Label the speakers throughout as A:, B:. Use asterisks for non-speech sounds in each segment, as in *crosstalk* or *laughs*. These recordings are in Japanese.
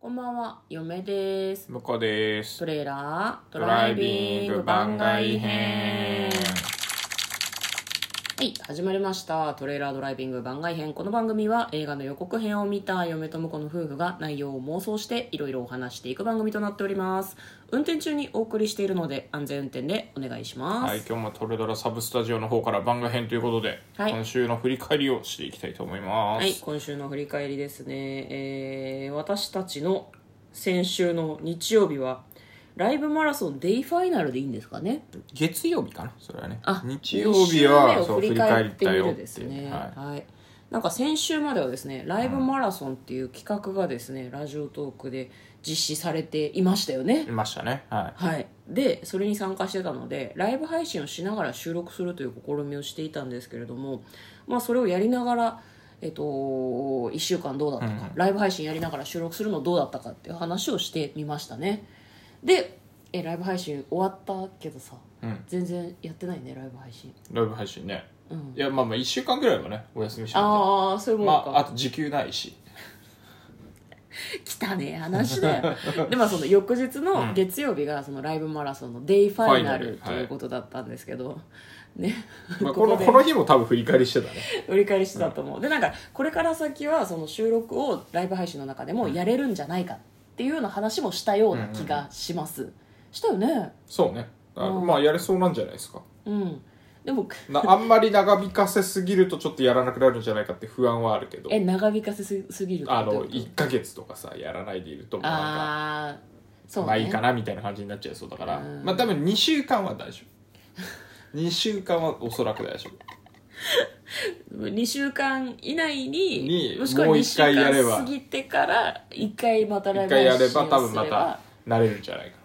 A: こんばんは、嫁です。
B: 向こうです
A: トレーラード
B: ドライビング番外編
A: はい、始まりました。トレーラードライビング番外編。この番組は映画の予告編を見た嫁と婿の夫婦が内容を妄想していろいろお話していく番組となっております。運転中にお送りしているので安全運転でお願いします。
B: はい今日もトレドラサブスタジオの方から番外編ということで、
A: はい
B: 今週の振り返りをしていきたいと思います、
A: はい、今週の振り返りですね、えー私たちの先週の日曜日はライブマラソンデイファイナルでいいんですかね
B: 月曜日かなそれはね
A: あ
B: 日曜日
A: 二
B: は
A: 週目
B: そ
A: を振
B: う振
A: り
B: り
A: 返
B: 返
A: っ
B: ってて
A: み
B: よ
A: る
B: っ
A: です
B: ていう
A: ね
B: は
A: はい、なんか先週まではですねライブマラソンっていう企画がですね、ラジオトークで実施されていましたよね
B: い、いましたねは
A: はい、でそれに参加してたのでライブ配信をしながら収録するという試みをしていたんですけれども、まあ、それをやりながら、えっと、1週間どうだったか、ライブ配信やりながら収録するのどうだったかっていう話をしてみましたねでえライブ配信終わったけどさ、
B: うん
A: 全然やってないねライブ配信、
B: いライブ配信ね
A: うん、
B: いやまあまあ1週間ぐらいはねお休みしてま
A: ああそういうもんか、
B: ああと時給ないし
A: 汚ねえ話だ
B: *laughs*
A: よでまあその翌日の月曜日がそのライブマラソンのデイファイナル
B: フ
A: と
B: ァイナルはい
A: いうことだったんですけど、ね、
B: ま
A: *laughs*
B: あ、
A: ここ
B: この
A: で
B: この日も多分振り返りしてたね
A: 折り返しだと思う、でなんかこれから先はその収録をライブ配信の中でもやれるんじゃないかっていうような話もしたような気がします、したよね
B: そうねあ
A: うん
B: まあやれそうなんじゃないですか
A: うんでも
B: なあんまり長引かせすぎるとちょっとやらなくなるんじゃないかって不安はあるけど
A: え長引かせすすぎるって
B: あ
A: どう
B: の
A: いうこ
B: 1ヶ月とかさやらないでいるとも
A: と
B: うなんか
A: ああそうね、
B: まあいいかなみたいな感じになっちゃいそうだから
A: うん
B: まあ多分2週間は大丈夫2 *laughs* 週間はおそらく大
A: *laughs*
B: 丈夫
A: 2週間以内に
B: に
A: もしくは
B: もう
A: 2
B: 一
A: 週間
B: 回やれば
A: 過ぎてから1回またライ
B: 1
A: ブ
B: 回
A: 配
B: や
A: 信
B: れ
A: をすれ
B: ば
A: ば
B: 多分また慣れるんじゃないか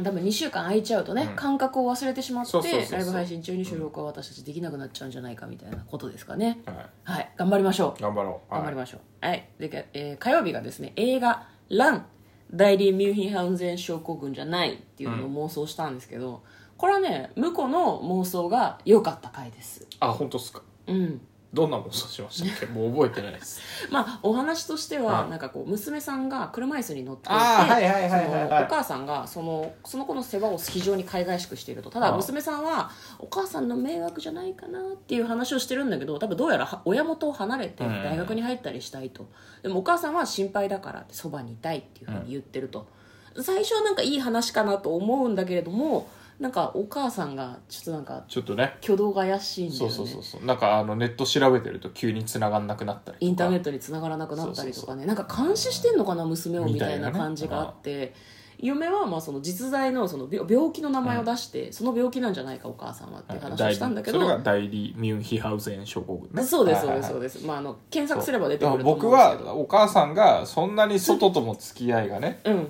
A: 多分2週間空いちゃうとね、
B: うん
A: 感覚を忘れてしまって
B: そうそうそうそう
A: ライブ配信中に収録は私たちできなくなっちゃうんじゃないかみたいなことですかね、
B: なと、はい、
A: はい頑張りましょう
B: 頑張ろう、はい
A: 頑張りましょう。はい。で、えー火曜日がですね、映画、ラン、代理ミュンヒンハウゼン症候群じゃないっていうのを妄想したんですけど、これはね、向こうの妄想が良かった回です。
B: あ本当っすか
A: うん。
B: どんな妄想し
A: *laughs*
B: ましたっけもう覚えてないです
A: まあ、お話としては、
B: うん
A: なんかこう、娘さんが車椅子に乗っていて、
B: あーはいはい
A: そ
B: はいはいは
A: の
B: い
A: お母さんがそのその子の世話を非常にかいがいしくしているとただ
B: うん
A: 娘さんはお母さんの迷惑じゃないかなっていう話をしてるんだけど多分どうやらは親元を離れて
B: うん
A: 大学に入ったりしたいとでもお母さんは心配だからってそばにいたいっていうふうに言ってると最初はなんかいい話かなと思うんだけれどもなんかお母さんがちょっとなんか
B: ちょっとね
A: 挙動が怪しいんだよ
B: そう
A: ね
B: そうそうそうなんかあのネット調べてると急に繋がんなくなったりとか
A: インターネットに繋がらなくなったりと
B: そ
A: かねなんか監視してんのかな娘をみ
B: み
A: た
B: た
A: い
B: いな
A: な
B: ね
A: 感じがあって嫁はまあその実在のその病病気の名前を出してその病気なんじゃないかお母さんはっていう話をしたんだけど
B: それが代理ミュンヒハウゼン症候群ね
A: そうですそう
B: はい
A: で
B: は
A: す
B: い
A: そう
B: は
A: で
B: い
A: すまああの検索すれば出てくると思うん
B: 僕
A: ですけ
B: は
A: ど
B: お母さんがそんなに外とも付き合いがね
A: うん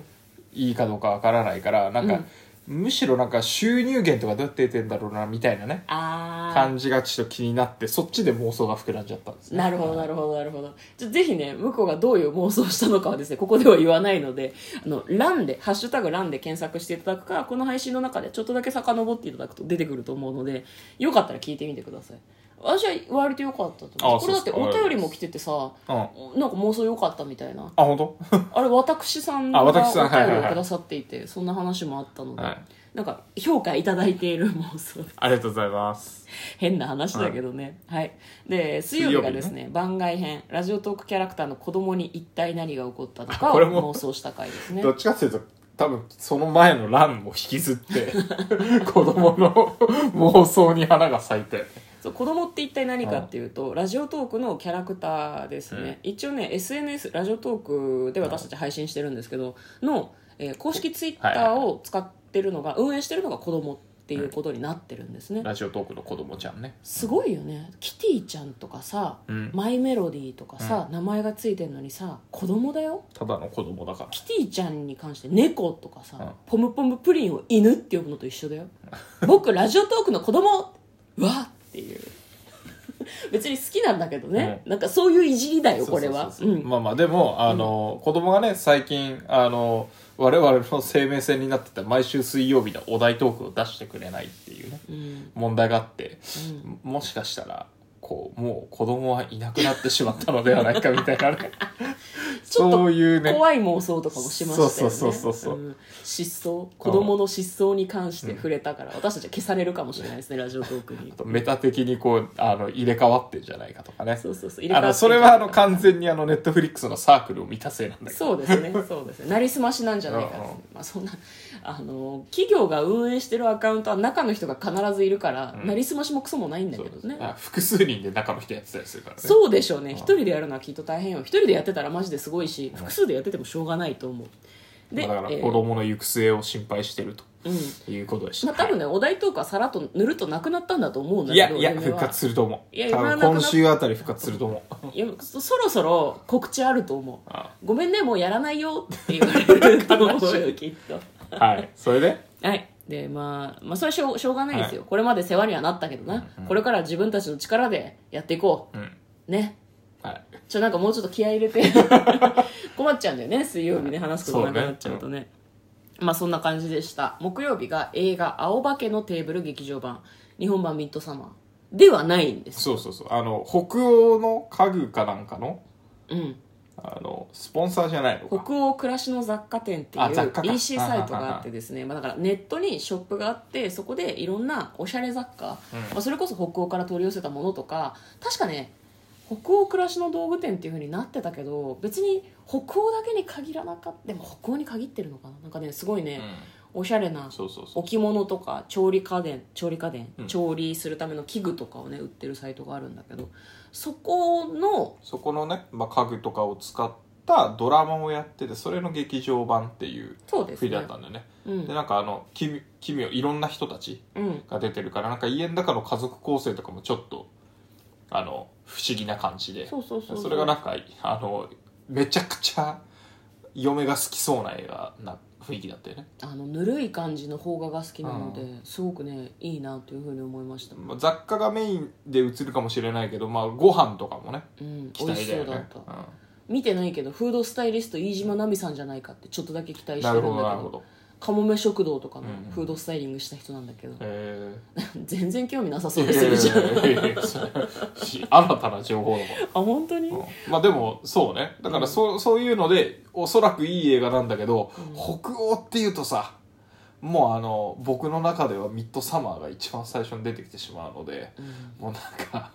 B: いいかどうかわからないからなんか、むしろなんか収入源とかどうやって出てんだろうなみたいなね
A: あ
B: 感じがちょっと気になってそっちで妄想が膨らんじゃったんです
A: あ
B: ね
A: なるほどなるほどなるほどちょぜひね向こうがどういう妄想をしたのかはですねここでは言わないので「あのランで「ハッシュタグランで検索していただくかこの配信の中でちょっとだけ遡っていただくと出てくると思うのでよかったら聞いてみてください私は割と良かったと思う
B: あ
A: これだって
B: そう
A: お
B: っすか
A: 便りも来ててさ
B: うんあ
A: なんか妄想良かったみたいな
B: 本当
A: あれ私さんが
B: あ
A: お便
B: 私さんはいはい
A: り
B: は
A: を
B: い
A: くださっていてそんな話もあったので、
B: はい
A: なんか評価いただいている妄想
B: ありがとうございます
A: 変な話だけどね、はいで水曜日がですね番外編ラジオトークキャラクターの子供に一体何が起こったのかを
B: これも
A: 妄想した回ですね
B: どっちかっていうと多分その前の乱も引きずって *laughs* 子供の妄想に花が咲いて
A: そう子供って一体何かっていうと、ラジオトークのキャラクターですね、一応ね SNS ラジオトークで私たち配信してるんですけどの、えー公式ツイッターを使ってるのが、運営してるのが子供っていうことになってるんですね、
B: ラジオトークの子供ちゃんね
A: すごいよねキティちゃんとかさ、
B: うん
A: マイメロディーとかさ、名前がついてるのにさ子供だよ
B: ただの子供だから
A: キティちゃんに関して猫とかさ、
B: うん
A: ポムポムプリンを犬って呼ぶのと一緒だよ僕ラジオトークの子供うわっていう *laughs* 別に好きなんだけどね、なんかそういういじりだよこれは
B: そうそうそうそうまあまあでもあの、子供がね最近あの我々の生命線になってた毎週水曜日のお題トークを出してくれないっていうね
A: うんうん
B: 問題があって
A: うん
B: もし
A: *laughs*
B: かしたらこうもう子供はいなくなってしまったのではないかみたいなね
A: そうちょっと
B: そういうね
A: 怖い妄想とかもしましたよね
B: そうそうそうそうそうん
A: 失踪子供の失踪に関して触れたから、私たちは消されるかもしれないですねラジオトークに
B: メタ的にこうあの入れ替わってんじゃないかとかね
A: そうそうそう
B: *laughs* あのそれはあの完
A: 完
B: 全にあのネットフリックスのサークルを満たせいなんだけど
A: そうですねそうですねなりすましなんじゃないかって
B: うんうん
A: まあ、そんなあの企業が運営してるアカウントは中の人が必ずいるから、
B: うん
A: なりすましもクソもないんだけどね
B: あ複数人で中の人やってたりするからね
A: そうでしょうね
B: ん
A: 一人でやるのはきっと大変よ一人でやってたらマジですごいし複数でやっててもしょうがないと思うで、
B: まあだから
A: えー
B: 子供の行く末を心配してる
A: うん
B: ということでした、
A: まあ、多分ねお題トークはさらっとぬるっとなくなったんだと思うんだ
B: い
A: け
B: や
A: ど
B: いや
A: 嫁は
B: 復活すると思う
A: いや
B: 多
A: 今
B: 分
A: なくなっ
B: 今週あたり復活すると思
A: *laughs*
B: う
A: いやそそろそろ告知あると思う
B: あ
A: ごめんねもうやらないよって言われると思う
B: *laughs*
A: よきっと
B: はいそれで
A: はいでまあ、まあそれはしょうしょうがないですよ、これまで世話にはなったけどな、これから自分たちの力でやっていこ
B: うん
A: うね
B: はい
A: ちょなんかもうちょっと気合い入れ *laughs* て困っちゃうんだよね水曜日ね話すことなくなっちゃうとねまあそんな感じでした木曜日が映画「青化けのテーブル」劇場版日本版ミッドサマーではないんです
B: そうそうそうあの北欧の家具かなんかの
A: うん
B: あのスポンサーじゃないのか
A: 北欧暮らしの雑貨店っていう
B: あ雑貨か
A: EC サイトがあってですねまあだからネットにショップがあってそこでいろんなおしゃれ雑貨、
B: うん
A: まあ、それこそ北欧から取り寄せたものとか確かね北欧暮らしの道具店っていう風になってたけど別に北欧だけに限らなかったでも北欧に限ってるのかななんかねすごいね、おしゃれな
B: うん、そうそうそう
A: 置物とか調理家電調理家電、
B: うん
A: 調理するための器具とかをね売ってるサイトがあるんだけどそこの
B: そこのね、まあ、家具とかを使ったドラマをやっててそれの劇場版っていう
A: そうです
B: 冬
A: ね
B: だったんだよね
A: うん
B: でなんかあの奇妙奇妙いろんな人たち
A: うん
B: が出てるからなんか家の中の家族構成とかもちょっとあの不思議な感じで
A: そうそうそうう
B: それがなんかあのめちゃくちゃ嫁が好きそうな映画な雰囲気だったよね
A: あのぬるい感じの邦画が好きなので、すごくねいいなというふうに思いました、
B: まあ雑貨がメインで映るかもしれないけど、まあ、ご飯とかもね
A: うん、
B: 期
A: 美味
B: 待
A: し
B: だ
A: そう
B: よ
A: だっ
B: ね
A: た、見てないけどフードスタイリスト飯島奈美さんじゃないかってちょっとだけ期
B: う
A: 待し
B: ん、
A: て
B: な
A: る
B: る
A: んだ
B: ほ
A: け
B: どなる
A: ど
B: ほど
A: カモメ食堂とかの
B: うんうん
A: フードスタイリングした人なんだけ
B: *laughs*
A: ど、
B: えー、
A: 全然興味なさ *laughs* そうですよじゃん
B: いやいやい *laughs* やそれ新たな情報だも
A: あ
B: ん
A: 本当に、
B: まあでもそうねだからそ,、うそういうのでおそらくいい映画なんだけど、北欧っていうとさもうあの僕の中ではミッドサマーが一番最初に出てきてしまうので
A: うん
B: もうなんか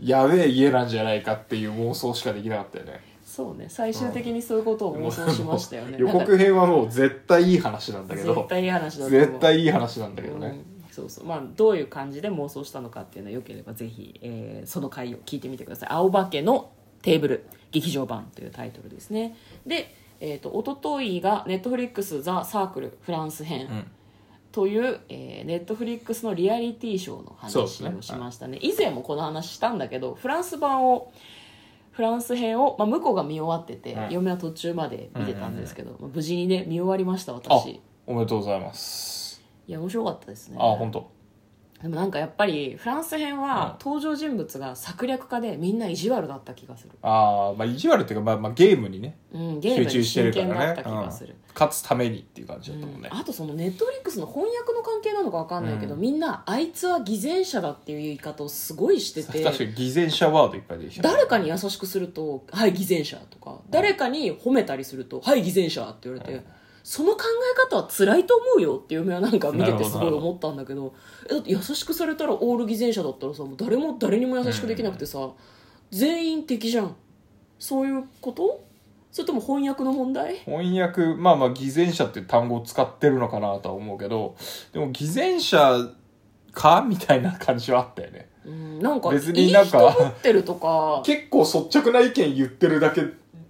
B: やべえ家なんじゃないかっていう妄想しかできなかったよね
A: そうね最終的にそういうことを妄想しましたよね
B: *laughs* 予
A: なんか
B: 告編はもう絶対いい話なんだけ
A: 絶
B: ど
A: 対いい話だと思う
B: 絶対いい話なんだけどね、
A: うんそうそうまあどういう感じで妄想したのかっていうのはよければぜひ、えーその回を聞いてみてください「青化けのテーブル劇場版」というタイトルですねで、えー、と一昨日がネットフリックスザ・サークルフランス編
B: うん
A: という、えネットフリックスのリアリティショーの話
B: そう
A: を
B: ですね
A: しましたね以前もこの話したんだけどフランス版をフランス編を、まあ、向こうが見終わってて、
B: うん
A: 嫁は途中まで見てたんですけど、まあ無事にね見終わりました
B: あ
A: 私
B: おめでとうございます
A: いや面白かったですね
B: あ本当。
A: でもなんかやっぱりフランス編
B: うん
A: は登場人物が策略家でみんな意地悪だった気がする、
B: ああまあ意地悪っていうか、まあ、まあゲームにね
A: うん、ゲーム
B: 集
A: に
B: 中して
A: 真
B: るか
A: 剣だ
B: ら
A: った
B: ね
A: 気がする、
B: うん勝つためにっていう感じだったもん
A: うん
B: ね、
A: あとそのネットフリックスの翻訳の関係なのか分かんないけど、
B: うん
A: みんなあいつは偽善者だっていう言い方をすごいしてて
B: 確かに偽善者ワードいっぱい出てきたね
A: 誰かに優しくすると「はい偽善者」とか誰かに褒めたりすると「はい偽善者」って言われて、
B: うん
A: その考え方は辛いと思うよっていう夢はなんか見ててすごい
B: なるほど
A: 思ったんだけどえだって優しくされたらオール偽善者だったらさもう誰も誰にも優しくできなくてさ、全員敵じゃんそういうことそれとも翻訳の問題
B: 翻訳まあまあ偽善者っていう単語を使ってるのかなとは思うけどでも偽善者かみたいな感じはあったよね
A: うんなんか
B: 別になんか
A: いい人ぶってるとか
B: 結構率直な意見言ってるだけ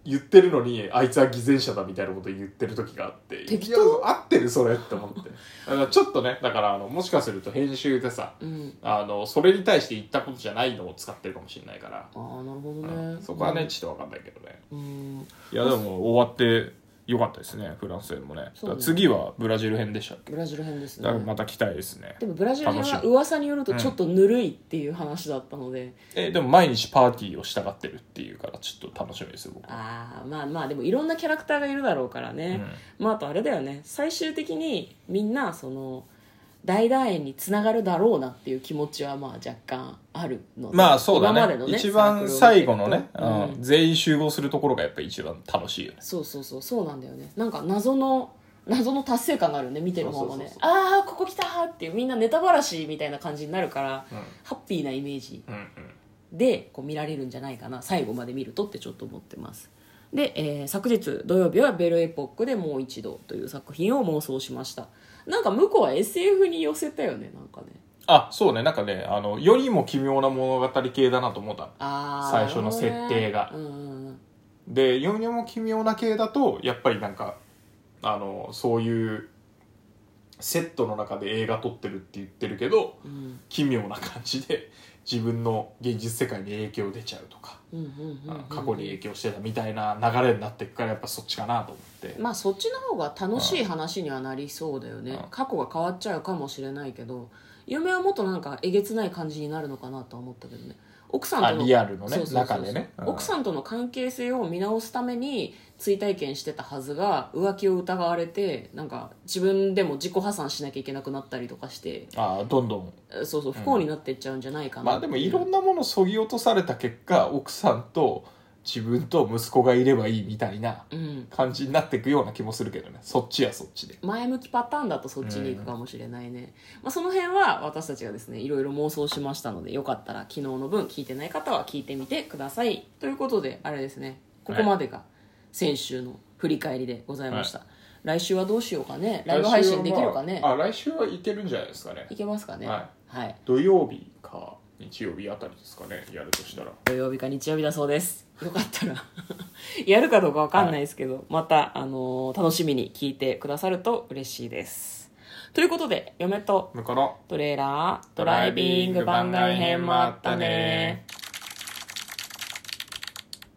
B: 言ってるのにあいつは偽善者だみたいなこと言ってる時があって
A: 適
B: いや
A: 当
B: 合ってるそれって思ってだからちょっとねだからあのもしかすると編集でさ
A: うん
B: あのそれに対して言ったことじゃないのを使ってるかもしれないから、
A: ああなるほど
B: う
A: ね、
B: んそこはねちょっと分かんないけどね、
A: うん
B: いやでも終わってよかったですねフランス編もねだ
A: そう
B: か
A: ね
B: ら次はブラジル編でしたっけ
A: ブラジル編ですね
B: だからまた来たいですね
A: でもブラジル編は
B: 楽しみ
A: 噂によるとちょっとぬるいっていう話だったので、
B: えでも毎日パーティーをしたがってるっていうからちょっと楽しみですよ僕
A: ああまあまあでもいろんなキャラクターがいるだろうからね、まああとあれだよね最終的にみんなその大団円につながるだろうなっていう気持ちはまあ若干あるので
B: まあそうだ
A: 今ま
B: ね
A: でのねサー
B: 一
A: ク
B: 番
A: ルを
B: 最後のね、
A: う
B: うん
A: ん
B: 全員集合するところがやっぱり一番楽しいよね
A: そうそうそうそうなんだよねなんか謎の謎の達成感があるよね見てる方もね
B: そうそう
A: ああここ来たーっていうみんなネタばらしみたいな感じになるから、
B: うん
A: ハッピーなイメージ
B: うんうん
A: でこう見られるんじゃないかな最後まで見るとってちょっと思ってますで、えー昨日土曜日は「ベルエポックでもう一度」という作品を妄想しましたなんか向こうは SF に寄せたよねなんかね
B: あそうねなんかねあのよりも奇妙な物語系だなと思った
A: ああ
B: 最初の設定が
A: うんうんうん
B: でよりも奇妙な系だとやっぱりなんかあのそういうセットの中で映画撮ってるって言ってるけど
A: うん
B: 奇妙な感じで自分の現実世界に影響出ちゃうとか、
A: うんうんうんうん
B: 過去に影響してたみたいな流れになっていくからやっぱそっちかなと思って、
A: まあそっちの方が楽しい話にはなりそうだよね、
B: うん
A: 過去が変わっちゃうかもしれないけど嫁はもっとなんかえげつない感じになるのかなとは思ったけどね奥さんとの
B: あリアルのね
A: そうそうそうそう
B: 中でねうん
A: 奥さんとの関係性を見直すために追体験してたはずが浮気を疑われてなんか自分でも自己破産しなきゃいけなくなったりとかして
B: ああどんどん
A: えそうそう不幸になっていっちゃうんじゃないかな、
B: まあでもいろんなものそぎ落とされた結果奥さんと自分と息子がいればいいみたいな
A: うん
B: 感じになっていくような気もするけどねそっちやそっちで
A: 前向きパターンだとそっちに行くかもしれないね、まあ、その辺は私たちがですねいろいろ妄想しましたのでよかったら昨日の分聞いてない方は聞いてみてくださいということであれですねここまでが先週の振り返りでございました、来週はどうしようかねライブ配信できるかね、
B: 来週はまああ来週はいけるんじゃないですかね
A: いけますかね
B: は
A: はい、
B: 土曜日か日曜日あたりですかねやるとしたら
A: 土曜日か日曜日だそうですよかったら *laughs* やるかどうかわかんないですけど、また、あのー楽しみに聞いてくださると嬉しいですということで嫁と
B: だから
A: トレーラードライビング番外編もあったね